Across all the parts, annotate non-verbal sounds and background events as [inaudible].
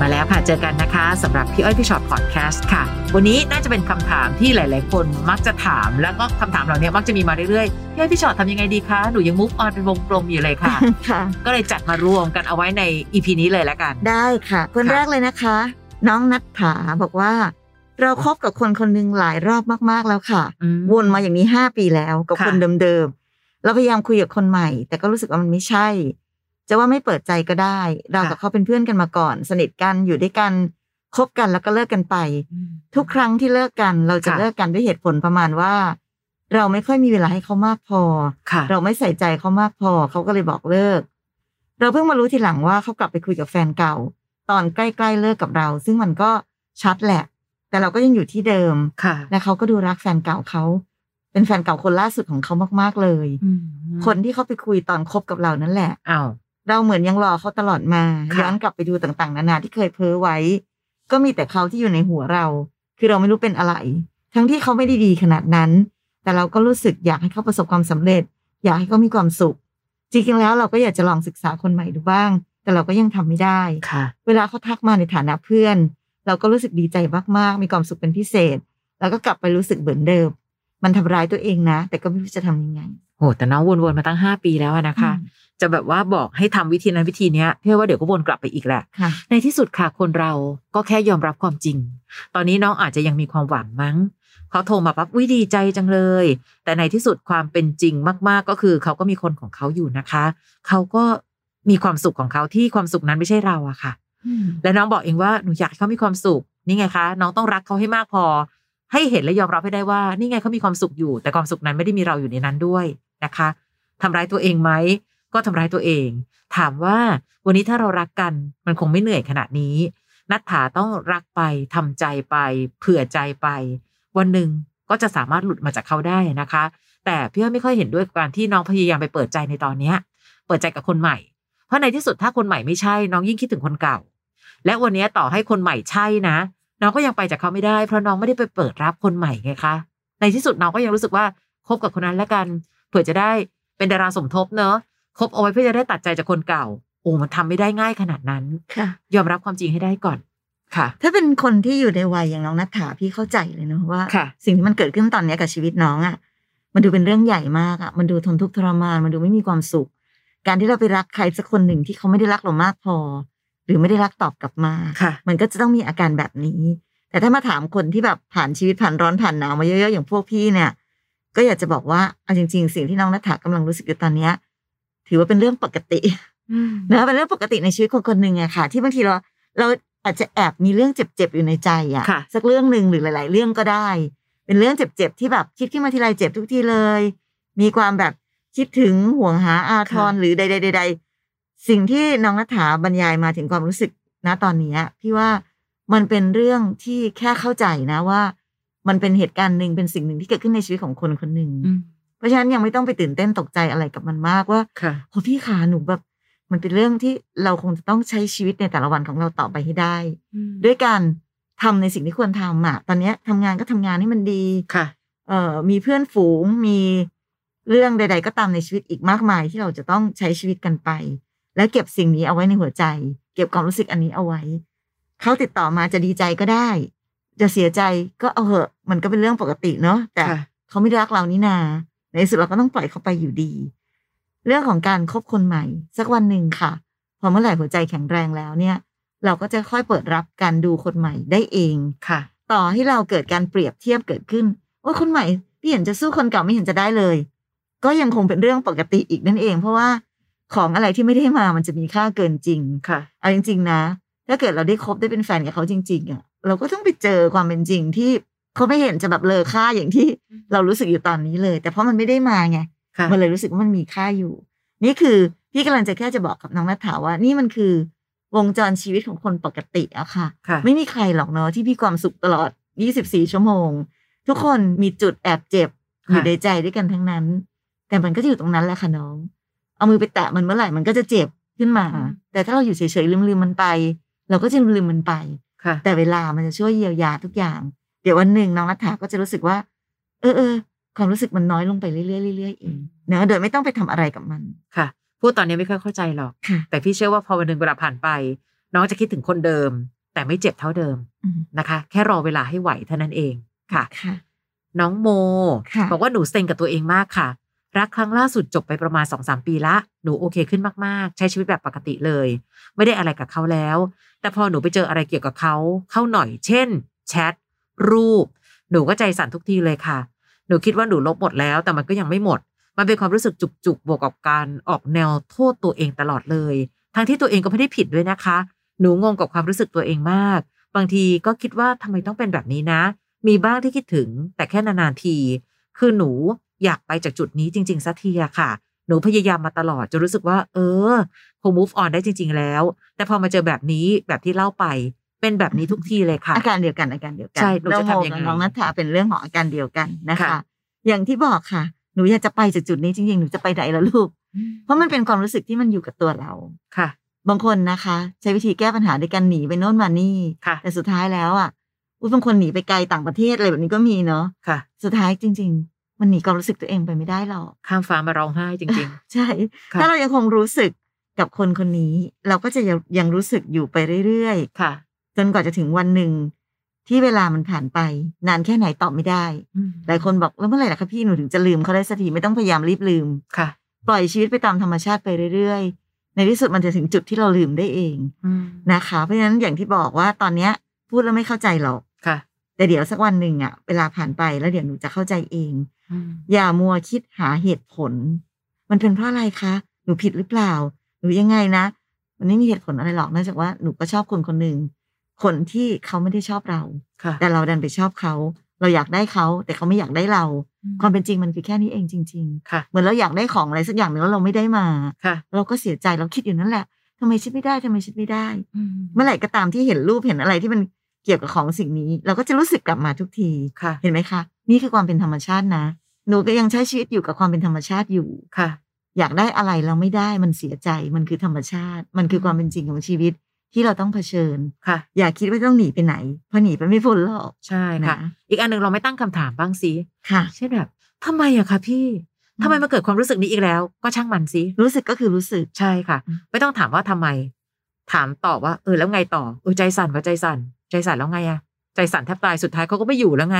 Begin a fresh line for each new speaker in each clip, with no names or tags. มาแล้วค่ะเจอกันนะคะสำหรับพี่อ้อยพี่ชอตพอดแคสต์ค่ะ วันนี้น่าจะเป็นคำถามที่หลาย ๆ คนมักจะถามแล้วก็คำถามเหล่านี้มักจะมีมาเรื่อย ๆ พี่อ้อยพี่ชอตทำยังไงดีคะหนูยังมุกออนเป็นวงกลมอยู่เลย [laughs] ค่ะ
[laughs] ค่ะ
ก็เลยจัดมารวมกันเอาไว้ในอีพีนี้เลยละกัน
ได้ค่ะ คน
ค่ะ
แรกเลยนะคะ น้องนัทถาบอกว่า เราครบกับคนคนหนึ่งหลายรอบมากๆแล้วค่ะ
อื
วนมาอย่างนี้ห้าปีแล้วกับ
ค่ะ
คนเดิมๆเราพยายามคุยกับคนใหม่ แต่ก็รู้สึกว่ามันไม่ใช่ จะว่าไม่เปิดใจก็ได้ เรากับเขาเป็นเพื่อนกันมาก่อน สนิทกันอยู่ด้วยกันคบกันแล้วก็เลิกกันไป ทุกครั้งที่เลิกกัน เราจะ
ค่ะ
เลิกกันด้วยเหตุผลประมาณว่า เราไม่ค่อยมีเวลาให้เขามากพอ
ค่ะ
เราไม่ใส่ใจเขามากพอเขาก็เลยบอกเลิก เราเพิ่งมารู้ทีหลังว่าเขากลับไปคุยกับแฟนเก่า ตอนใกล้ๆเลิกกับเรา ซึ่งมันก็ชัดแหละ แต่เราก็ยังอยู่ที่เดิม
ค่ะ
และเขาก็ดูรักแฟนเก่าเขา เป็นแฟนเก่าคนล่าสุดของเขามากๆเลย คนที่เขาไปคุยตอนคบกับเรานั่นแหละ
อ้าว
เราเหมือนยังรอเขาตลอดมา
ค่ะ
ย้อนกลับไปดูต่างๆ นานาที่เคยเพ้อไว้ ก็มีแต่เขาที่อยู่ในหัวเรา คือเราไม่รู้เป็นอะไร ทั้งที่เขาไม่ได้ดีขนาดนั้น แต่เราก็รู้สึกอยากให้เขาประสบความสำเร็จ อยากให้เขามีความสุข จริงๆแล้วเราก็อยากจะลองศึกษาคนใหม่ดูบ้าง แต่เราก็ยังทำไม่ได้
ค่ะ
เวลาเขาทักมาในฐานะเพื่อน เราก็รู้สึกดีใจมากๆ มีความสุขเป็นพิเศษ แล้วก็กลับไปรู้สึกเหมือนเดิม มันทำร้ายตัวเองนะ แต่ก็ไม่รู้จะทำยังไง
โหแต่น้องวนๆมาตั้งห้าปีแล้วอะนะคะ จะแบบว่าบอกให้ทำวิธีนั้นวิธีเนี้ยเพื่อว่าเดี๋ยวก็วนกลับไปอีกแหละ
ค่ะ
ในที่สุดค่ะคนเราก็แค่ยอมรับความจริง ตอนนี้น้องอาจจะยังมีความหวังมั้งเขาโทรมาปั๊บวิดีใจจังเลย แต่ในที่สุดความเป็นจริงมาก ๆ ก็คือเขาก็มีคนของเขาอยู่นะคะ เขาก็มีความสุขของเขาที่ความสุขนั้นไม่ใช่เราอะค่ะ และน้องบอกเองว่าหนูอยากให้เขามีความสุขนี่ไงคะน้องต้องรักเขาให้มากพอ ให้เห็นและยอมรับให้ได้ว่า นี่ไงเขามีความสุขอยู่ แต่ความสุขนั้นไม่ได้มีเราอยู่ในนั้นด้วยนะคะทำร้ายตัวเองไหมก็ทำร้ายตัวเอง ถามว่าวันนี้ถ้าเรารักกันมันคงไม่เหนื่อยขนาดนี้นัทธาต้องรักไปทำใจไป เผื่อใจไป วันหนึ่งก็จะสามารถหลุดมาจากเขาได้นะคะ แต่พี่อ้อยไม่ค่อยเห็นด้วยกับการที่น้องพยายามไปเปิดใจในตอนเนี้ย เปิดใจกับคนใหม่ เพราะในที่สุดถ้าคนใหม่ไม่ใช่ น้องยิ่งคิดถึงคนเก่า และวันนี้ต่อให้คนใหม่ใช่นะ น้องก็ยังไปจากเขาไม่ได้เพราะน้องไม่ได้ไปเปิดรับคนใหม่ไงคะ ในที่สุดน้องก็ยังรู้สึกว่าคบกับคนนั้นแล้วกัน เผื่อจะได้เป็นดาราสมทบเนอะคบเอาไว้เพื่อจะได้ตัดใจจากคนเก่า โอ้มันทำไม่ได้ง่ายขนาดนั้น
ค่ะ
ยอมรับความจริงให้ได้ก่อนค่ะ
ถ้าเป็นคนที่อยู่ในวัยอย่างน้องนัทถาพี่เข้าใจเลยเนอะว่า
ค่ะ
สิ่งที่มันเกิดขึ้นตอนเนี้ยกับชีวิตน้องอะ่ะ มันดูเป็นเรื่องใหญ่มากอะ่ะ มันดูทนทุกข์ทรมาน มันดูไม่มีความสุข การที่เราไปรักใครสักคนหนึ่งที่เขาไม่ได้รักเรามากพอ หรือไม่ได้รักตอบกลับมา
ค่ะ
มันก็จะต้องมีอาการแบบนี้ แต่ถ้ามาถามคนที่แบบผ่านชีวิตผ่านร้อนผ่านหนาวมาเยอะๆอย่างพวกพี่เนี่ย ก็อยากจะบอกว่าเอาจริง ๆ สิ่งที่น้องนัทถากำลังรู้สึกอยู่ตอนเนี้ย ถือว่าเป็นเรื่องปกติ นะเป็นเรื่องปกติในชีวิตคนคนหนึ่งอะค่ะ ที่บางทีเราเราอาจจะแอบมีเรื่องเจ็บๆอยู่ในใจอะ
ค่ะ
สักเรื่องหนึ่งหรือหลาย ๆ เรื่องก็ได้ เป็นเรื่องเจ็บๆที่แบบคิดขึ้นมาทีไรเจ็บทุกทีเลย มีความแบบคิดถึงห่วงหาอาทรหรือใดๆใดๆสิ่งที่น้องนัฐถาบรรยายมาถึงความรู้สึกนะตอนเนี้ยพี่ว่ามันเป็นเรื่องที่แค่เข้าใจนะว่า มันเป็นเหตุการณ์หนึ่งเป็นสิ่งหนึ่งที่เกิดขึ้นในชีวิตของคนคนหนึ่งเพราะฉะนั้นยังไม่ต้องไปตื่นเต้นตกใจอะไรกับมันมากว่า
ค่ะ
โอ้พี่ขาหนูแบบมันเป็นเรื่องที่เราคงจะต้องใช้ชีวิตในแต่ละวันของเราต่อไปให้ได้ ด้วยการทำในสิ่งที่ควรทำอ่ะตอนเนี้ยทำงานก็ทำงานให้มันดี
ค่ะ
เอ่อมีเพื่อนฝูงมีเรื่องใด ๆ ก็ตามในชีวิตอีกมากมายที่เราจะต้องใช้ชีวิตกันไป และเก็บสิ่งนี้เอาไว้ในหัวใจ เก็บความรู้สึกอันนี้เอาไว้ เขาติดต่อมาจะดีใจก็ได้ จะเสียใจก็เอาเหอะ มันก็เป็นเรื่องปกติเนาะแต่
ค่ะ
เขาไม่ได้รักเรานี่นา ในที่สุดเราก็ต้องปล่อยเขาไปอยู่ดี เรื่องของการคบคนใหม่ สักวันหนึ่งค่ะ พอเมื่อไหร่หัวใจแข็งแรงแล้วเนี่ย เราก็จะค่อยเปิดรับการดูคนใหม่ได้เอง
ค่ะ
ต่อให้เราเกิดการเปรียบเทียบเกิดขึ้น ว่าคนใหม่ที่เห็นจะสู้คนเก่าไม่เห็นจะได้เลย ก็ยังคงเป็นเรื่องปกติอีกนั่นเอง เพราะว่าของอะไรที่ไม่ได้มามันจะมีค่าเกินจริง
ค่ะ
เอาจริง ๆ นะ ถ้าเกิดเราได้คบได้เป็นแฟนกับเขาจริง ๆอ่ะเราก็ต้องไปเจอความเป็นจริงที่เขาไม่เห็นจะแบบเลอค่าอย่างที่เรารู้สึกอยู่ตอนนี้เลย แต่เพราะมันไม่ได้มาไง
ค่ะ
มันเลยรู้สึกว่ามันมีค่าอยู่ นี่คือพี่กำลังจะแค่จะบอกกับน้องนัทถาว่า นี่มันคือวงจรชีวิตของคนปกติอะค่ะ
ค่ะ
ไม่มีใครหรอกเนาะที่มีความสุขตลอด 24 ชั่วโมง ทุกคนมีจุดแอบเจ็บ อยู่ในใจด้วยกันทั้งนั้น แต่มันก็จะอยู่ตรงนั้นแหละค่ะน้อง เอามือไปแตะมันเมื่อไหร่มันก็จะเจ็บขึ้นมา
อืม
แต่ถ้าเราอยู่เฉยๆลืมๆมันไป เราก็จะลืมๆมันไป
ค่ะ
แต่เวลามันจะช่วยเยียวยาทุกอย่าง เดี๋ยววันหนึ่งน้องรัฐาก็จะรู้สึกว่า เออเออความรู้สึกมันน้อยลงไปเรื่อยๆเรื่อยๆเองเนอะโดยไม่ต้องไปทำอะไรกับมัน
ค่ะ พูดตอนนี้ไม่ค่อยเข้าใจหรอก
ค่ะ
แต่พี่เชื่อว่าพอวันหนึ่งเวลาผ่านไป น้องจะคิดถึงคนเดิม แต่ไม่เจ็บเท่าเดิม
อืม
นะคะ แค่รอเวลาให้ไหวเท่านั้นเองค่ะ
ค่ะ
น้องโม
ค่ะ
บอกว่าหนูเซ็งกับตัวเองมากค่ะ รักครั้งล่าสุดจบไปประมาณ2อสปีละ หนูโอเคขึ้นมากๆ ใช้ชีวิตแบบปกติเลย ไม่ได้อะไรกับเขาแล้ว แต่พอหนูไปเจออะไรเกี่ยวกับเขาเข้าหน่อย เช่น แชท รูป หนูก็ใจสั่นทุกทีเลยค่ะ หนูคิดว่าหนูลบหมดแล้ว แต่มันก็ยังไม่หมด มันเป็นความรู้สึกจุกๆ บวกกับการออกแนวโทษตัวเองตลอดเลย ทั้งที่ตัวเองก็ไม่ได้ผิดด้วยนะคะ หนูงงกับความรู้สึกตัวเองมาก บางทีก็คิดว่าทำไมต้องเป็นแบบนี้นะ มีบ้างที่คิดถึง แต่แค่นานๆที คือหนูอยากไปจากจุดนี้จริง ๆสักทีอะค่ะ หนูพยายามมาตลอดจนรู้สึกว่า เออคง move on ได้จริง ๆ แล้ว แต่พอมาเจอแบบนี้แบบที่เล่าไปเป็นแบบนี้ทุกทีเลยค่ะ
อาการเดียวกันอาการเดียวกั
ใช่หนูจะทำยังไง
เรามอกับน้องนัทธาเป็นเรื่องของอาการเดียวกันนะคะ
ค่ะ
อย่างที่บอกค่ะ หนูอยากจะไปจากจุดนี้จริงๆ หนูจะไปไหนล่ะลูก เพราะมันเป็นความรู้สึกที่มันอยู่กับตัวเรา
ค่ะ
บางคนนะคะ ใช้วิธีแก้ปัญหาด้วยการหนีไปโน่นมานี่
ค่ะ
แต่สุดท้ายแล้วอ่ะอุยบางคนหนีไปไกลต่างประเทศอะไรแบบนี้ก็มีเนาะ
ค่ะ
สุดท้ายจริง ๆ มันหนีความรู้สึกตัวเองไปไม่ได้หรอก
ข้ามฟ้ามาร้องไห้จริง
ใช่
ค่ะ
ถ้าเรายังคงรู้สึกกับคนคนนี้ เราก็จะยังยังรู้สึกอยู่ไปเรื่อย
ๆ ค่ะ
ๆ จนกว่าจะถึงวันหนึ่ง ที่เวลามันผ่านไป นานแค่ไหนตอบไม่ได้ หลายคนบอกแล้วเมื่อไหร่ล่ะคะพี่หนูถึงจะลืมเขาได้สักทีไม่ต้องพยายามรีบลืม
ค่ะ
ปล่อยชีวิตไปตามธรรมชาติไปเรื่อยๆ ในที่สุดมันจะถึงจุดที่เราลืมได้เองนะคะ เพราะฉะนั้นอย่างที่บอกว่าตอนเนี้ยพูดแล้วไม่เข้าใจหรอก
ค่ะ
แต่เดี๋ยวสักวันหนึ่งอะเวลาผ่านไปแล้วเดี๋ยวหนูจะเข้าใจเอง อย่ามัวคิดหาเหตุผล มันเป็นเพราะอะไรคะ หนูผิดหรือเปล่า หนูยังไงนะ มันไม่มีเหตุผลอะไรหรอกนอกจากว่าหนูก็ชอบคนคนหนึ่ง คนที่เขาไม่ได้ชอบเรา
ค่ะ
แต่เราดันไปชอบเขา เราอยากได้เขา แต่เขาไม่อยากได้เรา ความเป็นจริงมันคือแค่นี้เองจริง
ค่ะ
ๆ เหมือนเราอยากได้ของอะไรสักอย่างหนึ่งแล้วเราไม่ได้มา
ค่ะ
เราก็เสียใจเราคิดอยู่นั่นแหละทำไมฉันไม่ได้ทำไมฉันไม่ได้ เมื่อไหร่ก็ตามที่เห็นรูปเห็นอะไรที่มันเกี่ยวกับของสิ่งนี้ เราก็จะรู้สึกกลับมาทุกที
ค่ะ
เห็นไหมคะ นี่คือความเป็นธรรมชาตินะ หนูก็ยังใช้ชีวิตอยู่กับความเป็นธรรมชาติอยู่
ค่ะ
อยากได้อะไรเราไม่ได้มันเสียใจมันคือธรรมชาติ มันคือความเป็นจริงของชีวิตที่เราต้องเผชิญ
ค่ะ
อย่าคิดว่าต้องหนีไปไหนเพราะหนีไปไม่พ้นหรอก
ใช่ค่ะ
นะ
อีกอันหนึ่งเราไม่ตั้งคำถามบ้างสิ
ค่ะ
เช่นแบบทำไมอะคะพี่ทำไมมาเกิดความรู้สึกนี้อีกแล้ว ก็ช่างมันสิ
รู้สึกก็คือรู้สึก
ใช่ค่ะ
อืม
ไม่ต้องถามว่าทำไม ถามตอบว่าเออแล้วไงต่อเออใจสั่นว่าใจสั่น ใจสั่นแล้วไงอะใจสั่นแทบตายสุดท้ายเขาก็ไม่อยู่แล้วไง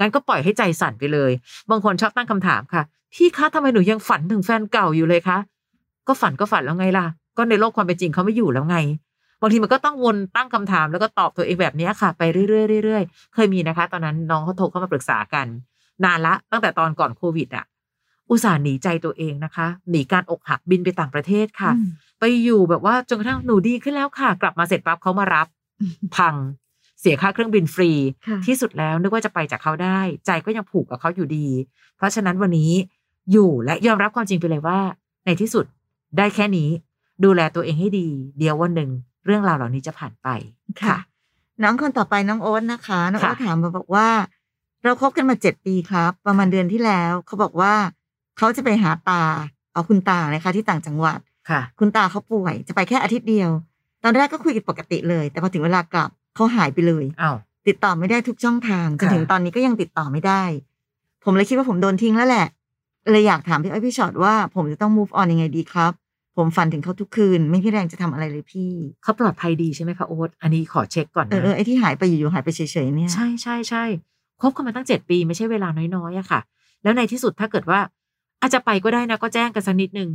งั้นก็ปล่อยให้ใจสั่นไปเลย บางคนชอบตั้งคำถามค่ะ พี่คะทำไมหนูยังฝันถึงแฟนเก่าอยู่เลยคะ ก็ฝันก็ฝันแล้วไงล่ะ ก็ในโลกความเป็นจริงเขาไม่อยู่แล้วไง บางทีมันก็ต้องวนตั้งคำถามแล้วก็ตอบตัวเองแบบเนี้ยค่ะ ไปเรื่อยๆเรื่อยๆ เคยมีนะคะ ตอนนั้นน้องเขาโทรเข้ามาปรึกษากัน นานละตั้งแต่ตอนก่อนโควิดอะอุตส่าห์หนีใจตัวเองนะคะ หนีการอกหักบินไปต่างประเทศค่ะ
อืม
ไปอยู่แบบว่าจนกระทั่งหนูดีขึ้นแล้วค่ะ กลับมาเสร็จปั๊บเขามา
[laughs]
รับ พัง เสียค่าเครื่องบินฟรี
ค่ะ
ที่สุดแล้วนึกว่าจะไปจากเขาได้ ใจก็ยังผูกกับเขาอยู่ดี เพราะฉะนั้นวันนี้อยู่และยอมรับความจริงไปเลยว่า ในที่สุดได้แค่นี้ ดูแลตัวเองให้ดี เดี๋ยววันหนึ่งเรื่องราวเหล่านี้จะผ่านไป
ค่ะ น้องคนต่อไปน้องโอ๊ตนะคะน้องโอ๊ต
ค่ะ
ถามมาบอกว่า เราคบกันมาเจ็ดปีครับ ประมาณเดือนที่แล้วเขาบอกว่าเขาจะไปหาตาเอาคุณตานะคะที่ต่างจังหวัด
ค่ะ
คุณตาเขาป่วยจะไปแค่อาทิตย์เดียว ตอนแรกก็คุยกันปกติเลย แต่พอถึงเวลากลับเขาหายไปเลย
เอ้าว
ติดต่อไม่ได้ทุกช่องทางจน
ค่ะ
ถึงตอนนี้ก็ยังติดต่อไม่ได้ ผมเลยคิดว่าผมโดนทิ้งแล้วแหละเลยอยากถามพี่อ้อยพี่ชอตว่าผมจะต้อง move on ยังไงดีครับ ผมฝันถึงเขาทุกคืน ไม่มีแรงจะทำอะไรเลยพี่
เขาปลอดภัยดีใช่ไหมคะโอ๊ตอันนี้ขอเช็คก่อน
เออ
นะ
เออไอ้ที่หายไปอยู่ๆหายไปเฉยๆเนี่ย
ใช่ใช่ใช่คบกันมาตั้งเจ็ดปีไม่ใช่เวลาน้อยๆอะค่ะ แล้วในที่สุดถ้าเกิดว่า อาจจะไปก็ได้นะก็แจ้งกันสักนิดนึง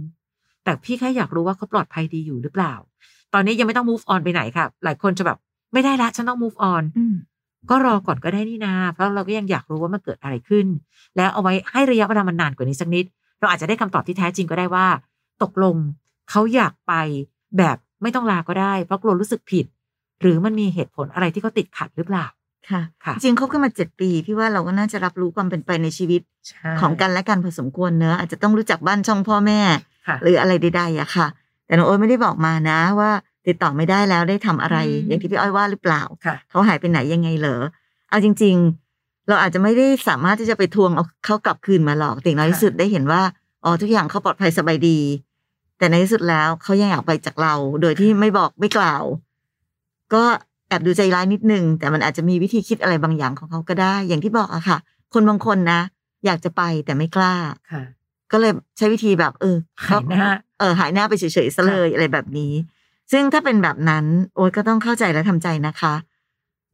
แต่พี่แค่อยากรู้ว่าเขาปลอดภัยดีอยู่หรือเปล่า ตอนนี้ยังไม่ต้อง move on ไปไหนค่ะ หลายคนจะแบบไม่ได้ละฉันต้อง move on
อืม
ก็รอก่อนก็ได้นี่นา เพราะเราก็ยังอยากรู้ว่ามันเกิดอะไรขึ้น แล้วเอาไว้ให้ระยะเวลามันนานกว่านี้สักนิด เราอาจจะได้คำตอบที่แท้จริงก็ได้ว่า ตกลงเขาอยากไปแบบไม่ต้องลาก็ได้ เพราะกลัวรู้สึกผิด หรือมันมีเหตุผลอะไรที่เขาติดขัดหรือเปล่า
ค่ะ
ค่ะ
จริงๆคบกันมาเจ็ดปี พี่ว่าเราก็น่าจะรับรู้ความเป็นไปในชีวิตของกันและกันพอสมควรเนอะอาจจะต้องรู้จักบ้านช่องพ่อแม่
ค่ะ
หรืออะไรใดๆอะค่ะ แต่น้องโอ๊ตไม่ได้บอกมานะว่า ติดต่อไม่ได้แล้วได้ทำอะไร
อืม
อย่างที่พี่อ้อยว่าหรือเปล่า
ค่ะ
เขาหายไปไหนยังไงเหรอเอาจริง ๆ เราอาจจะไม่ได้สามารถที่จะไปทวงเอาเขากลับคืนมาหรอกแต่อย่างน้อยที่สุดได้เห็นว่าอ๋อทุกอย่างเขาปลอดภัยสบายดี แต่ในที่สุดแล้วเขายังอยากไปจากเรา โดยที่ไม่บอกไม่กล่าว ก็แอบดูใจร้ายนิดนึง แต่มันอาจจะมีวิธีคิดอะไรบางอย่างของเขาก็ได้ อย่างที่บอกอะค่ะ คนบางคนนะ อยากจะไปแต่ไม่กล้า
ค่ะ
ก็เลยใช้วิธีแบบ เออ
หายหน้า
เออหายหน้าไปเฉยๆซะเลยอะไรแบบนี้ ซึ่งถ้าเป็นแบบนั้น โอ๊ตก็ต้องเข้าใจและทำใจนะคะ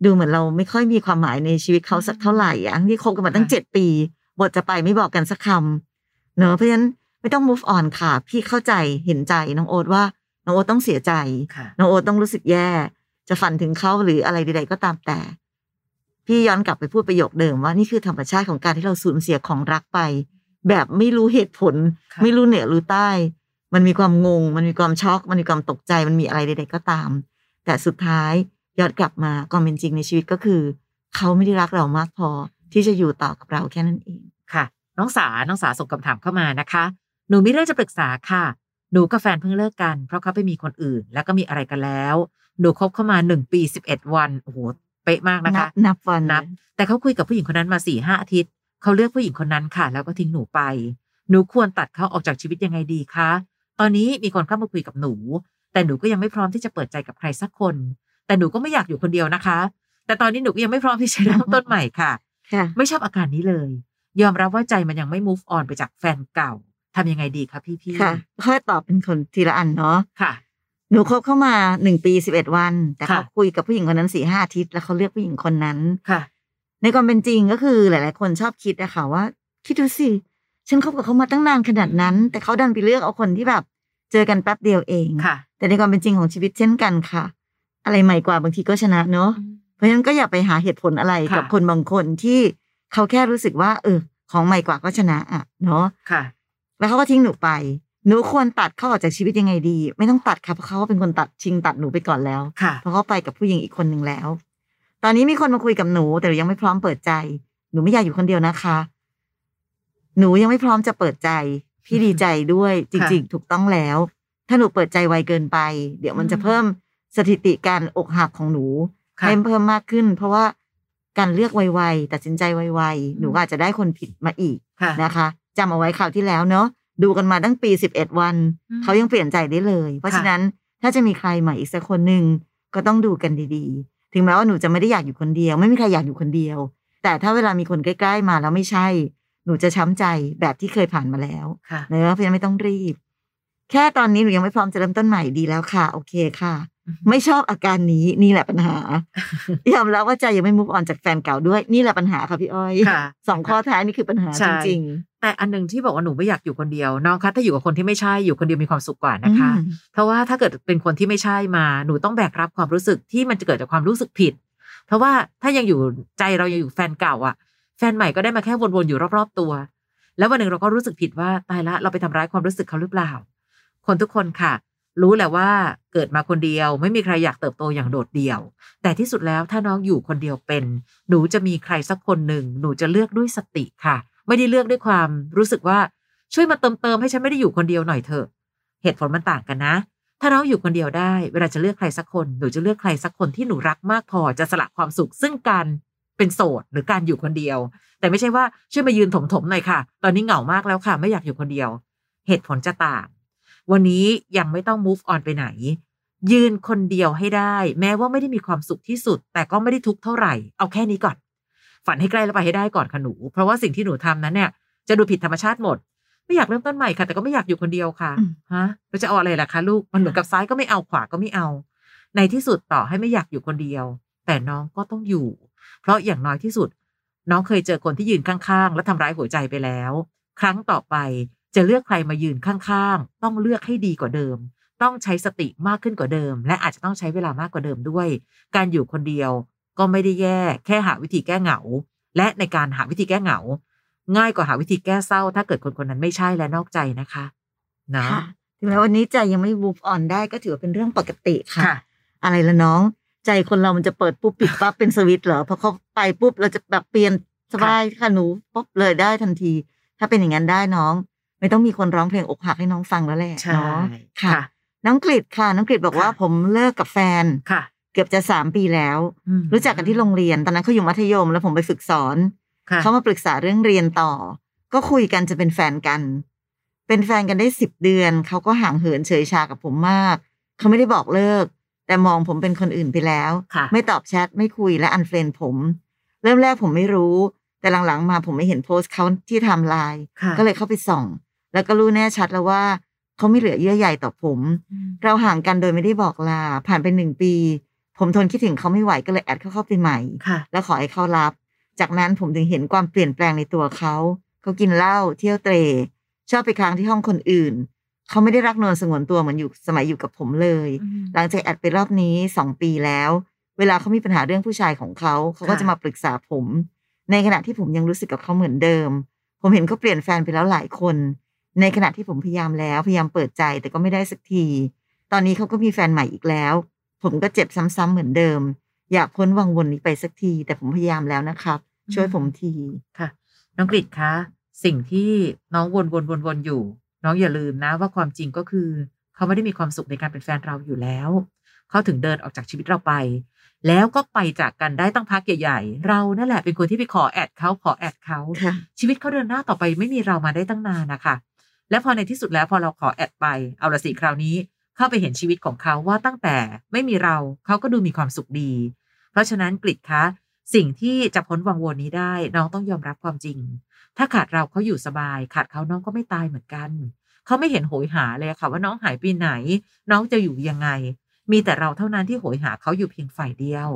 ดูเหมือนเราไม่ค่อยมีความหมายในชีวิตเขาสักเท่าไหร่อ่ะที่คบกันมาตั้ง
ค่ะ
เจ็ดปี บทจะไปไม่บอกกันสักคำเนอะเพราะฉะนั้นไม่ต้อง move on ค่ะ พี่เข้าใจเห็นใจน้องโอ๊ตว่าน้องโอ๊ตต้องเสียใจ
ค่ะ
น้องโอ๊ตต้องรู้สึกแย่ จะฝันถึงเขาหรืออะไรใดๆก็ตามแต่ พี่ย้อนกลับไปพูดประโยคเดิมว่านี่คือธรรมชาติของการที่เราสูญเสียของรักไป แบบไม่รู้เหตุผล
ค่ะ
ไม่รู้เหนือรู้ใต้ มันมีความงง มันมีความช็อก มันมีความตกใจมันมีอะไรใดๆก็ตาม แต่สุดท้ายย้อนกลับมาความเป็นจริงในชีวิตก็คือ เขาไม่ได้รักเรามากพอที่จะอยู่ต่อกับเราแค่นั้นเอง
ค่ะ น้องสา น้องสาส่งคำถามเข้ามานะคะ หนูมีเรื่องจะปรึกษาค่ะ หนูกับแฟนเพิ่งเลิกกัน เพราะเขาไปมีคนอื่น แล้วก็มีอะไรกันแล้ว หนูคบเข้ามาหนึ่งปีสิบเอ็ดวัน โอ้โห เป๊ะมากนะ
นั
คะ
บนับวัน
นับ แต่เขาคุยกับผู้หญิงคนนั้นมาสี่ห้าอาทิตย์ เขาเลือกผู้หญิงคนนั้นค่ะ แล้วก็ทิ้งหนูไป หนูควรตัดเขาออกจากชีวิตยังไงดีคะ ตอนนี้มีคนเข้ามาคุยกับหนู แต่หนูก็ยังไม่พร้อมที่จะเปิดใจกับใครสักคน แต่หนูก็ไม่อยากอยู่คนเดียวนะคะ แต่ตอนนี้หนูก็ยังไม่พร้อมที่จะเริ่มต้นใหม่ค่ะ
ค่ะ
ไม่ชอบอาการนี้เลย ยอมรับว่าใจมันยังไม่ move on ไปจากแฟนเก่าทำยังไงดีคะพี่พี่
ค่ะค่อยตอบเป็นคนทีละอันเนาะ
ค่ะ
หนูคบเข้ามาหนึ่งปีสิบเอ็ดวัน แต่เขา
ค่ะ
คุยกับผู้หญิงคนนั้นสี่ห้าอาทิตย์แล้วเขาเลือกผู้หญิงคนนั้น
ค่ะ
ในความเป็นจริงก็คือหลาย ๆ คนชอบคิดอะค่ะว่า คิดดูสิฉันคบกับเขามาตั้งนานขนาดนั้น แต่เขาดันไปเลือกเอาคนที่แบบ เจอกันแป๊บเดียวเอง
ค่ะ
แต่ในความเป็นจริงของชีวิตเช่นกันค่ะ อะไรใหม่กว่าบางทีก็ชนะเนาะ เพราะฉะนั้นก็อย่าไปหาเหตุผลอะไร
ค่ะ
กับคนบางคนที่เขาแค่รู้สึกว่า เออ ของใหม่กว่าก็ชนะอะเนาะ
ค่ะ
แล้วเขาก็ทิ้งหนูไป หนูควรตัดเขาออกจากชีวิตยังไงดี ไม่ต้องตัดค่ะเพราะเขาเป็นคนตัดชิงตัดหนูไปก่อนแล้ว
ค่ะ
เพราะเขาไปกับผู้หญิงอีกคนหนึ่งแล้ว ตอนนี้มีคนมาคุยกับหนู แต่หนูยังไม่พร้อมเปิดใจ หนูไม่อยากอยู่คนเดียวนะคะ หนูยังไม่พร้อมจะเปิดใจ พี่ดีใจด้วยจริง ๆ ถูกต้องแล้ว ถ้าหนูเปิดใจไวเกินไป เดี๋ยวมันจะเพิ่มสถิติการอกหักของหนู
ค่ะ
ให้เพิ่มมากขึ้น เพราะว่าการเลือกไวๆตัดสินใจไวๆหนูก็อาจจะได้คนผิดมาอีก
ค่ะ
นะคะจำเอาไว้คราวที่แล้วเนอะดูกันมาตั้งปีสิบเอ็ดวัน
อืม
เขายังเปลี่ยนใจได้เลย เพราะ
ค่ะ
ฉะนั้นถ้าจะมีใครใหม่อีกสักคนหนึ่งก็ต้องดูกันดีๆ ถึงแม้ว่าหนูจะไม่ได้อยากอยู่คนเดียว ไม่มีใครอยากอยู่คนเดียว แต่ถ้าเวลามีคนใกล้ๆมาแล้วไม่ใช่ หนูจะช้ำใจแบบที่เคยผ่านมาแล้ว
ค่ะ
เนอะเพราะฉะนั้นไม่ต้องรีบ แค่ตอนนี้หนูยังไม่พร้อมจะเริ่มต้นใหม่ดีแล้วค่ะ โอเคค่ะ ไม่ชอบอาการนี้นี่แหละปัญ
[laughs]
หายอมรับว่าใจยังไม่มุกออนจากแฟนเก่าด้วยนี่แหละปัญหาค่ะพี่อ้อย
ค่ะ
สองข้อท้ายนี่คือปัญหา
ใช่
จริงๆ
แต่อันหนึงที่บอกว่าหนูไม่อยากอยู่คนเดียวน้องคะถ้าอยู่กับคนที่ไม่ใช่อยู่คนเดียวมีความสุขกว่านะคะ
อืม
เพราะว่าถ้าเกิดเป็นคนที่ไม่ใช่มาหนูต้องแบกรับความรู้สึกที่มันจะเกิดจากความรู้สึกผิด เพราะว่าถ้ายังอยู่ใจเรายังอยู่แฟนเก่าอ่ะ แฟนใหม่ก็ได้มาแค่วนๆอยู่รอบๆตัว แล้ววันหนึ่งเราก็รู้สึกผิดว่าตายละเราไปทำร้ายความรู้สึกเขาหรือเปล่า คนทุกคนค่ะ รู้แหละว่าเกิดมาคนเดียว ไม่มีใครอยากเติบโตอย่างโดดเดี่ยว แต่ที่สุดแล้วถ้าน้องอยู่คนเดียวเป็น หนูจะมีใครสักคนหนึ่งหนูจะเลือกด้วยสติค่ะ ไม่ได้เลือกด้วยความรู้สึกว่าช่วยมาเติมเติมๆให้ฉันไม่ได้อยู่คนเดียวหน่อยเถอะ เหตุผลมันต่างกันนะ ถ้าน้องอยู่คนเดียวได้ เวลาจะเลือกใครสักคน หนูจะเลือกใครสักคนที่หนูรักมากพอจะสละความสุข ซึ่งการเป็นโสดหรือการอยู่คนเดียว แต่ไม่ใช่ว่าช่วยมายืนถมๆหน่อยค่ะ ตอนนี้เหงามากแล้วค่ะ ไม่อยากอยู่คนเดียว เหตุผลจะต่าง วันนี้ยังไม่ต้อง move on ไปไหน ยืนคนเดียวให้ได้ แม้ว่าไม่ได้มีความสุขที่สุด แต่ก็ไม่ได้ทุกข์เท่าไหร่ เอาแค่นี้ก่อน ฝันให้ใกล้แล้วไปให้ได้ก่อนค่ะหนู เพราะว่าสิ่งที่หนูทำนั้นเนี่ย จะดูผิดธรรมชาติหมด ไม่อยากเริ่มต้นใหม่ค่ะ แต่ก็ไม่อยากอยู่คนเดียวค่ะ
อืม
ฮะเราจะเอาอะไรล่ะคะลูก มันเหมือนกับซ้ายก็ไม่เอาขวาก็ไม่เอา ในที่สุดต่อให้ไม่อยากอยู่คนเดียว แต่น้องก็ต้องอยู่ เพราะอย่างน้อยที่สุด น้องเคยเจอคนที่ยืนข้างๆ และทำร้ายหัวใจไปแล้ว ครั้งต่อไปจะเลือกใครมายืนข้างๆ ต้องเลือกให้ดีกว่าเดิม ต้องใช้สติมากขึ้นกว่าเดิม และอาจจะต้องใช้เวลามากกว่าเดิมด้วย การอยู่คนเดียวก็ไม่ได้แย่ แค่หาวิธีแก้เหงา และในการหาวิธีแก้เหงา ง่ายกว่าหาวิธีแก้เศร้า ถ้าเกิดคนคนนั้นไม่ใช่และนอกใจนะคะเนาะ
ค่ะถึงแม้วันนี้ใจยังไม่บูฟออนได้ก็ถือว่าเป็นเรื่องปกติค่ะ
ค่ะ
อะไรละน้อง ใจคนเรามันจะเปิดปุ๊บปิดปั๊บ เป็นสวิตช์เหรอพอเขาไปปุ๊บเราจะแบบเปลี่ยนสบายค่ะหนูปุ๊บเลยได้ทันที ถ้าเป็นอย่างนั้นได้น้อง ไม่ต้องมีคนร้องเพลงอกหักให้น้องฟังแล้วแหละ
ใช่
เนาะค่ะ น้องกฤษค่ะ น้องกฤษบอกว่าผมเลิกกับแฟน
ค่ะ
เกือบจะสามปีแล้ว
อืม
รู้จักกันที่โรงเรียนตอนนั้นเขาอยู่มัธยม แล้วผมไปฝึกสอน
ค่ะ
เขามาปรึกษาเรื่องเรียนต่อ ก็คุยกันจะเป็นแฟนกัน ไป เป็นแฟนกันได้สิบเดือน เขาก็ห่างเหินเฉยชากับผมมาก เขาไม่ได้บอกเลิก แต่มองผมเป็นคนอื่นไปแล้ว
ค่ะ
ไม่ตอบแชทไม่คุยและอันเฟรนผม เริ่มแรกผมไม่รู้ แต่หลังๆมาผมไม่เห็นโพสต์เขาที่ไทำลาย
ค่ะ
ก็เลยเข้าไปส่อง แล้วก็รู้แน่ชัดแล้วว่า เขาไม่เหลือเยื่อใยต่อผม
อืม
เราห่างกันโดยไม่ได้บอกลา ผ่านไปหนึ่งปี ผมทนคิดถึงเขาไม่ไหวก็เลยแอดเขาเข้าไปใหม่
ค่ะ
แล้วขอให้เขารับ จากนั้นผมถึงเห็นความเปลี่ยนแปลงในตัวเขา เขากินเหล้าเที่ยวเตรชอบไปค้างที่ห้องคนอื่น เขาไม่ได้รักนวลสงวนตัวเหมือนอยู่สมัยอยู่กับผมเลย หลังจากแอดไปรอบนี้สองปีแล้ว เวลาเขามีปัญหาเรื่องผู้ชายของเขา เขาก็
ค่ะ
จะมาปรึกษาผม ในขณะที่ผมยังรู้สึกกับเขาเหมือนเดิม ผมเห็นเขาเปลี่ยนแฟนไปแล้วหลายคน ในขณะที่ผมพยายามแล้วพยายามเปิดใจแต่ก็ไม่ได้สักที ตอนนี้เขาก็มีแฟนใหม่อีกแล้ว ผมก็เจ็บซ้ำๆเหมือนเดิม อยากพ้นวังวนนี้ไปสักที แต่ผมพยายามแล้วนะครับ ช่วยผมที
ค่ะ น้องกริดคะสิ่งที่น้องวนวนวนวนอยู่ น้องอย่าลืมนะ ว่าความจริงก็คือ เขาไม่ได้มีความสุขในการเป็นแฟนเราอยู่แล้ว เขาถึงเดินออกจากชีวิตเราไป แล้วก็ไปจากกันได้ตั้งพักใหญ่ ๆ เรานั่นแหละเป็นคนที่ไปขอแอดเขาขอแอดเขา
ค่ะ
ชีวิตเขาเดินหน้าต่อไปไม่มีเรามาได้ตั้งนานนะคะและพอในที่สุดแล้วพอเราขอแอดไป เอาละสิคราวนี้ เข้าไปเห็นชีวิตของเขาว่าตั้งแต่ไม่มีเราเขาก็ดูมีความสุขดี เพราะฉะนั้นกริดคะสิ่งที่จะพ้นวังวนนี้ได้ น้องต้องยอมรับความจริง ถ้าขาดเราเขาอยู่สบาย ขาดเขาน้องก็ไม่ตายเหมือนกัน เขาไม่เห็นโหยหาเลยค่ะว่าน้องหายไปไหน น้องจะอยู่ยังไง มีแต่เราเท่านั้นที่โหยหาเขาอยู่เพียงฝ่ายเดียว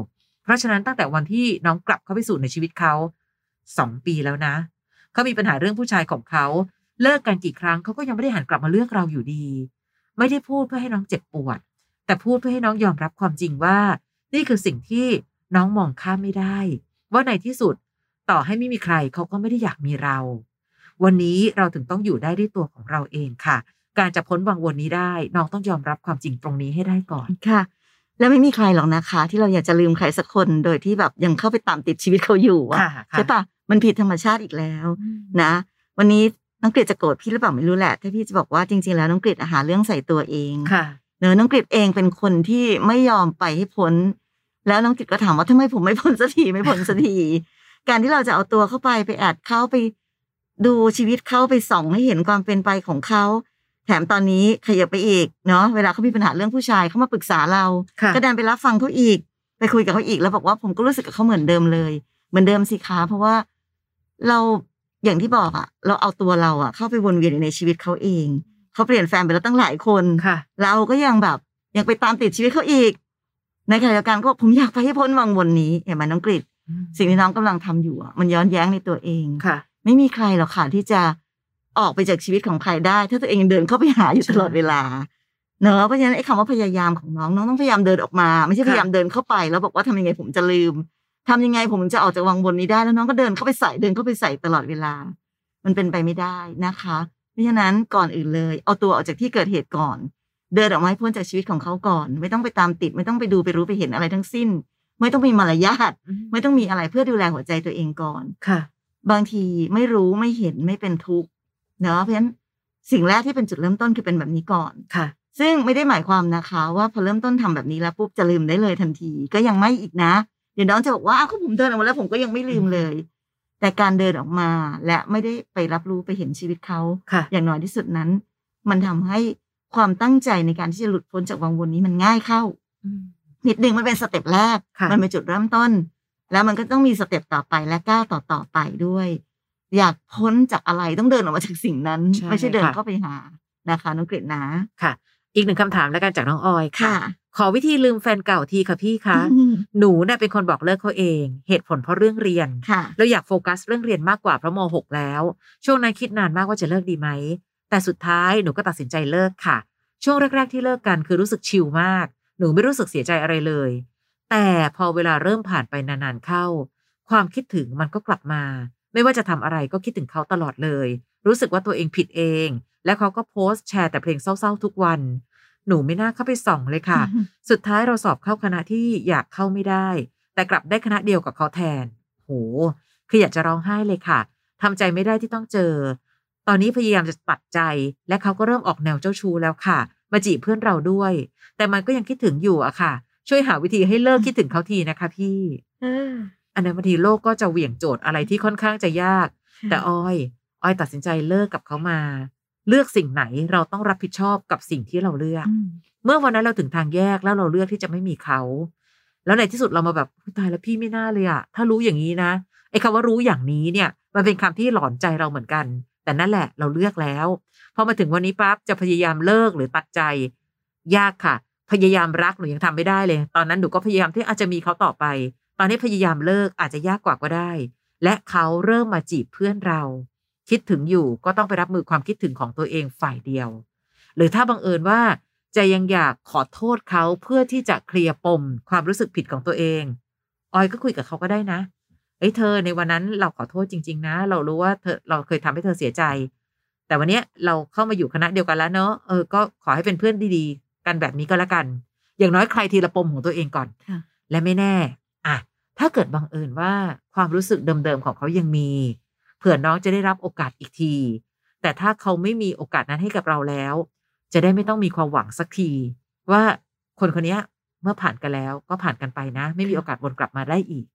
เพราะฉะนั้นตั้งแต่วันที่น้องกลับเข้าไปสู่ในชีวิตเขาสองปีแล้วนะ เขามีปัญหาเรื่องผู้ชายของเขา เลิกกันกี่ครั้งเขาก็ยังไม่ได้หันกลับมาเลือกเราอยู่ดี ไม่ได้พูดเพื่อให้น้องเจ็บปวด แต่พูดเพื่อให้น้องยอมรับความจริงว่า นี่คือสิ่งที่น้องมองข้ามไม่ได้ ว่าในที่สุด ต่อให้ไม่มีใครเขาก็ไม่ได้อยากมีเรา วันนี้เราถึงต้องอยู่ได้ด้วยตัวของเราเองค่ะ การจะพ้นวังวนนี้ได้ น้องต้องยอมรับความจริงตรงนี้ให้ได้ก่อน
ค่ะ แล้วไม่มีใครหรอกนะคะ ที่เราอยากจะลืมใครสักคนโดยที่แบบยังเข้าไปตามติดชีวิตเขาอยู่อะ
ค่ะค่ะ
ใช่ปะมันผิดธรรมชาติอีกแล้ว นะวันนี้น้องกฤษจะโกรธพี่หรือเปล่าไม่รู้แหละถ้าพี่จะบอกว่าจริงๆแล้วน้องกฤษหาเรื่องใส่ตัวเอง
ค่ะ
เนอะน้องกฤษเองเป็นคนที่ไม่ยอมไปให้พ้น แล้วน้องกฤษก็ถามว่าทำไมผมไม่พ้นสักทีไม่พ้นสักที การที่เราจะเอาตัวเข้าไปไปแอดเข้าไป ดูชีวิตเข้าไปส่องให้เห็นความเป็นไปของเขาแถมตอนนี้ขยับไปอีกเนาะเวลาเขามีปัญหาเรื่องผู้ชายเขามาปรึกษาเรา
ค่ะ
ก็ดันไปรับฟังเขาอีก ไปคุยกับเขาอีกแล้วบอกว่าผมก็รู้สึกกับเขาเหมือนเดิมเลย เหมือนเดิมสิคะเพราะว่าเราอย่างที่บอกอะเราเอาตัวเราอะเข้าไปวนเวียนอยู่ในชีวิตเขาเองเขาเปลี่ยนแฟนไปแล้วตั้งหลายคน
ค่ะ
เราก็ยังแบบยังไปตามติดชีวิตเขาอีก ในขณะเดียวกันก็บอกผมอยากไปให้พ้นวังวนนี้เห็นไหมน้องกฤษสิ่งที่น้องกำลังทำอยู่อะมันย้อนแย้งในตัวเอง
ค่ะ
ไม่มีใครหรอกค่ะที่จะออกไปจากชีวิตของใครได้ ถ้าตัวเองยังเดินเข้าไปหาอยู่ตลอดเวลา เนอะเพราะฉะนั้นไอ้คำว่าพยายามของน้องน้องต้องพยายามเดินออกมา ไม่ใช่
ค่ะ
พยายามเดินเข้าไป แล้วบอกว่าทำยังไงผมจะลืมทำยังไงผมจะออกจากวังวนนี้ได้แล้วน้องก็เดินเข้าไปใส่เดินเข้าไปใส่ตลอดเวลา มันเป็นไปไม่ได้นะคะ เพราะฉะนั้นก่อนอื่นเลย เอาตัวออกจากที่เกิดเหตุก่อน เดินออกมาให้พ้นจากชีวิตของเขาก่อน ไม่ต้องไปตามติด ไม่ต้องไปดูไปรู้ไปเห็นอะไรทั้งสิ้น ไม่ต้องมีมารยาทไม่ต้องมีอะไรเพื่อดูแลหัวใจตัวเองก่อน
ค่ะ
บางทีไม่รู้ไม่เห็นไม่เป็นทุกข์เนาะเพราะฉะนั้นสิ่งแรกที่เป็นจุดเริ่มต้นคือเป็นแบบนี้ก่อน
ค่ะ
ซึ่งไม่ได้หมายความนะคะ ว่าพอเริ่มต้นทำแบบนี้แล้วปุ๊บจะลืมได้เลยทันที ก็ยังไม่อีกนะ เดี๋ยวน้องจะบอกว่าอ้าวก็ผมเดินออกมาแล้วผมก็ยังไม่ลืมเลย แต่การเดินออกมาและไม่ได้ไปรับรู้ไปเห็นชีวิตเขา
ค่ะ
อย่างน้อยที่สุดนั้น มันทำให้ความตั้งใจในการที่จะหลุดพ้นจากวังวนนี้มันง่ายเข้า นิดนึงมันเป็นสเต็ปแรก
ค่ะ
มันเป็นจุดเริ่มต้น แล้วมันก็ต้องมีสเต็ปต่อไปและก้าวต่อต่อๆไปด้วย อยากพ้นจากอะไรต้องเดินออกมาจากสิ่งนั้น
ใช่
ไม่ใช่เดิน
ค่ะ
เข้าไปหานะคะน้องกฤษนะ
ค่ะ อีกหนึ่งคำถามแล้วกันจากน้องออยค่ะ ขอวิธีลืมแฟนเก่าทีค่ะพี่คะ หนูเนี่ยเป็นคนบอกเลิกเขาเอง เหตุผลเพราะเรื่องเรียน
ค่ะ
เราอยากโฟกัสเรื่องเรียนมากกว่าเพราะม .6 แล้ว ช่วงนั้นคิดนานมากว่าจะเลิกดีไหม แต่สุดท้ายหนูก็ตัดสินใจเลิกค่ะ ช่วงแรก ๆ ที่เลิกกันคือรู้สึกชิลมาก หนูไม่รู้สึกเสียใจอะไรเลย แต่พอเวลาเริ่มผ่านไปนานๆเข้า ความคิดถึงมันก็กลับมา ไม่ว่าจะทำอะไรก็คิดถึงเขาตลอดเลย รู้สึกว่าตัวเองผิดเอง และเขาก็โพสต์แชร์แต่เพลงเศร้าๆทุกวัน หนูไม่น่าเข้าไปส่องเลยค่ะ สุดท้ายเราสอบเข้าคณะที่อยากเข้าไม่ได้ แต่กลับได้คณะเดียวกับเขาแทน โห คืออยากจะร้องไห้เลยค่ะทำใจไม่ได้ที่ต้องเจอ ตอนนี้พยายามจะตัดใจ และเขาก็เริ่มออกแนวเจ้าชู้แล้วค่ะ มาจีบเพื่อนเราด้วย แต่มันก็ยังคิดถึงอยู่อะค่ะ ช่วยหาวิธีให้เลิกคิดถึงเขาทีนะคะพี่ อันนั้นบางทีโลกก็จะเหวี่ยงโจทย์อะไรที่ค่อนข้างจะยาก แต่ออย ออยตัดสินใจเลิกกับเขามา เลือกสิ่งไหนเราต้องรับผิดชอบกับสิ่งที่เราเลือก
อืม
เมื่อวันนั้นเราถึงทางแยกแล้วเราเลือกที่จะไม่มีเขา แล้วในที่สุดเรามาแบบอุ๊ยตายแล้วพี่ไม่น่าเลยอะถ้ารู้อย่างนี้นะไอ้คำว่ารู้อย่างนี้เนี่ย มันเป็นคำที่หลอนใจเราเหมือนกัน แต่นั่นแหละเราเลือกแล้วพอมาถึงวันนี้ปั๊บจะพยายามเลิกหรือตัดใจ ยากค่ะ พยายามรักหนูยังทำไม่ได้เลย ตอนนั้นหนูก็พยายามที่อาจจะมีเขาต่อไป ตอนนี้พยายามเลิกอาจจะยากกว่าก็ได้ และเขาเริ่มมาจีบเพื่อนเรา คิดถึงอยู่ก็ต้องไปรับมือความคิดถึงของตัวเองฝ่ายเดียว หรือถ้าบังเอิญว่าจะยังอยากขอโทษเขาเพื่อที่จะเคลียร์ปม ความรู้สึกผิดของตัวเอง ออยก็คุยกับเขาก็ได้นะเอ้ยเธอในวันนั้นเราขอโทษจริง ๆ นะ เรารู้ว่าเธอเราเคยทำให้เธอเสียใจ แต่วันเนี้ยเราเข้ามาอยู่คณะเดียวกันแล้วเนอะเออก็ขอให้เป็นเพื่อนดีๆ กันแบบนี้ก็แล้วกัน อย่างน้อยใครทีละปมของตัวเองก่อน
ค่ะ
และไม่แน่อะถ้าเกิดบังเอิญว่าความรู้สึกเดิมๆของเขายังมี เผื่อน้องจะได้รับโอกาสอีกที แต่ถ้าเขาไม่มีโอกาสนั้นให้กับเราแล้ว จะได้ไม่ต้องมีความหวังสักที ว่าคนคนเนี้ยเมื่อผ่านกันแล้วก็ผ่านกันไปนะ ไม่มีโอกาสวนกลับมาได้อีก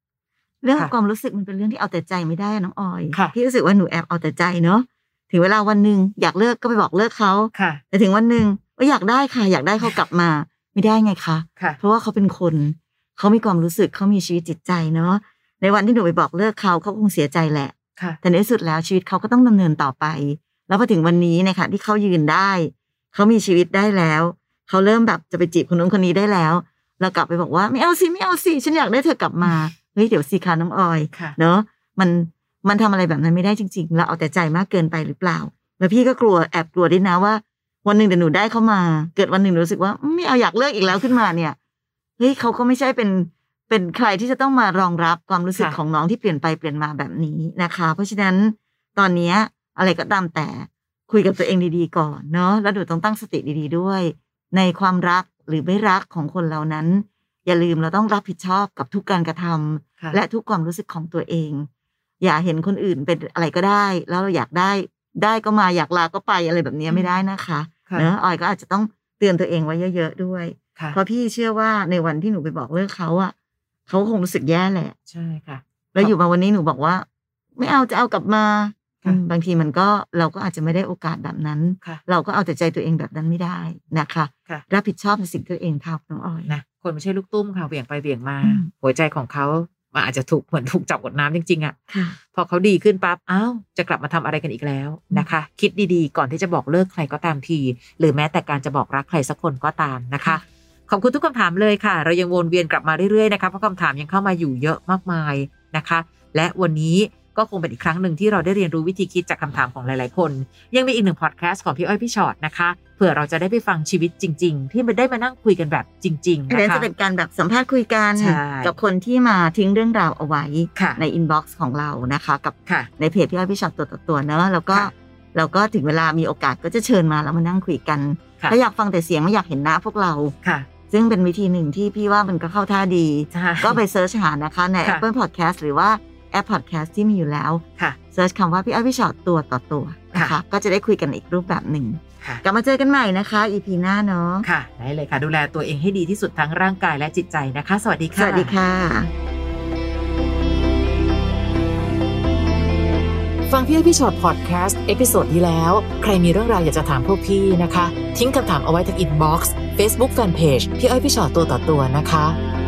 เรื่องขอ
ค่ะ
งความรู้สึกมันเป็นเรื่องที่เอาแต่ใจไม่ได้อะน้องออย
ค่ะ
พี่รู้สึกว่าหนูแอบเอาแต่ใจเนาะถึงเวลาวันหนึ่งอยากเลิกก็ไปบอกเลิกเขา
ค่ะ
แต่ถึงวันหนึ่งว่าอยากได้ค่ะ อยากได้เขากลับมา ไม่ได้ไงคะ
ค่ะ
เพราะว่าเขาเป็นคน เขามีความรู้สึกเขามีชีวิตจิตใจเนาะในวันที่หนูไปบอกเลิกเขาเขาคงเสียใจแหละ
ค่ะ
แต่ในที่สุดแล้วชีวิตเขาก็ต้องดำเนินต่อไป แล้วพอถึงวันนี้เนะคะที่เขายืนได้ เขามีชีวิตได้แล้ว เขาเริ่มแบบจะไปจีบคนนู้นคนนี้ได้แล้ว เรากลับไปบอกว่าไม่เอาสิไม่เอาสิฉันอยากได้เธอกลับมาเฮ้ยเดี๋ยวสิคะน้องออย
ค่ะ
เนาะมันมันทำอะไรแบบนั้นไม่ได้จริง ๆ เราเอาแต่ใจมากเกินไปหรือเปล่า แล้วพี่ก็กลัวแอบกลัวด้วยนะว่า วันหนึ่งเดี๋ยวหนูได้เข้ามา เกิดวันหนึ่งหนูรู้สึกว่าอืมไม่เอาอยากเลิกอีกแล้วขึ้นมาเนี่ยเฮ้ยเขาก็ไม่ใช่เป็นเป็นใครที่จะต้องมารองรับความรู้สึก
ค่ะ
ของน้องที่เปลี่ยนไปเปลี่ยนมาแบบนี้นะคะ เพราะฉะนั้นตอนเนี้ยอะไรก็ตามแต่คุยกับตัวเองดีๆก่อนเนาะแล้วหนูต้องตั้งสติดีๆด้วย ในความรักหรือไม่รักของคนเหล่านั้น อย่าลืมเราต้องรับผิดชอบกับทุกการกระทำ และทุกความรู้สึกของตัวเอง อย่าเห็นคนอื่นเป็นอะไรก็ได้ แล้วเราอยากได้ได้ก็มาอยากลาก็ไปอะไรแบบเนี้ย
อืม
ไม่ได้นะคะ
ค่ะ
เนอะออยก็อาจจะต้องเตือนตัวเองไว้เยอะๆด้วย
ค่ะ
เพราะพี่เชื่อว่าในวันที่หนูไปบอกเลิกเขาอะเขาคงรู้สึกแย่แหละ
ใช่ค่ะ
แล้วอยู่มาวันนี้หนูบอกว่า ไม่เอาจะเอากลับมา
ค่ะ
อืมบางทีมันก็เราก็อาจจะไม่ได้โอกาสแบบนั้น
ค่ะ
เราก็เอาแต่ใจตัวเองแบบนั้นไม่ได้นะคะ
ค่ะ
รับผิดชอบในสิ่งที่ตัวเองทำน้องออย
นะคนไม่ใช่ลูกตุ้มค่ะเหวี่ยงไปเหวี่ยงมา
อืม
หัวใจของเขามันอาจจะถูกเหมือนถูกจับกดน้ำจริงๆอะ
ค่ะ
พอเขาดีขึ้นปั๊บ อ้าว จะกลับมาทำอะไรกันอีกแล้วนะคะ คิดดีๆ ก่อนที่จะบอกเลิกใครก็ตามที หรือแม้แต่การจะบอกรักใครสักคนก็ตามนะคะ ขอบคุณทุกคำถามเลยค่ะ เรายังวนเวียนกลับมาเรื่อยๆนะคะ เพราะคำถามยังเข้ามาอยู่เยอะมากมายนะคะ และวันนี้ก็คงเป็นอีกครั้งหนึ่งที่เราได้เรียนรู้วิธีคิดจากคำถามของหลายๆ คน ยังมีอีกหนึ่งพอดแคสต์ของพี่อ้อยพี่ชอตนะคะ เผื่อเราจะได้ไปฟังชีวิตจริง ๆ ที่มันได้มานั่งคุยกันแบบจริง ๆ
อัน
นะ
นั้น
คะ
จะเป็นการแบบสัมภาษณ์คุยกัน
ใช่
กับคนที่มาทิ้งเรื่องราวเอาไว้
ค่ะ
ในอินบ็อกซ์ของเรานะคะ กับ
ค่ะ
ในเพจพี่อ้อยพี่ชอตตัวต่อตัวเนอะแล้วก็
ค่ะ
เราก็ถึงเวลามีโอกาสก็จะเชิญมาแล้วมานั่งคุยกัน
ค่ะ
ถ้าอยากฟังแต่เสียงไม่อยากเห็นหน้าพวกเรา
ค่ะ
ซึ่งเป็นวิธีหนึ่งที่พี่ว่ามันก็เข้าท่าดี
ใช่
ก็ไปเซิร์ชหานะคะใน
ค่ะ
Apple Podcast หรือว่าแอป Podcast ที่มีอยู่แล้ว
ค่ะ
เซิร์ชคำว่าพี่อ้อยพี่ชอตตัวต่อตัวนะคะ
ค่ะ
ก็จะได้คุยกันอีกรูปแบบหนึ่ง
ค่ะ
กลับมาเจอกันใหม่นะคะ EP หน้าเนาะ
ค่ะได้เลยค่ะ ดูแลตัวเองให้ดีที่สุดทั้งร่างกายและจิตใจนะคะ สวัสดี
ส
ค่ะ
วัสดีค่ะ
ฟังพี่อ้อยพี่ชอตพอดแคสต์เอพิโซดที่แล้ว ใครมีเรื่องราวอยากจะถามพวกพี่นะคะ ทิ้งคำถามเอาไว้ทางอินบ็อกซ์เฟซบุ๊กแฟนเพจพี่อ้อยพี่ชอตตัวต่อตัวนะคะ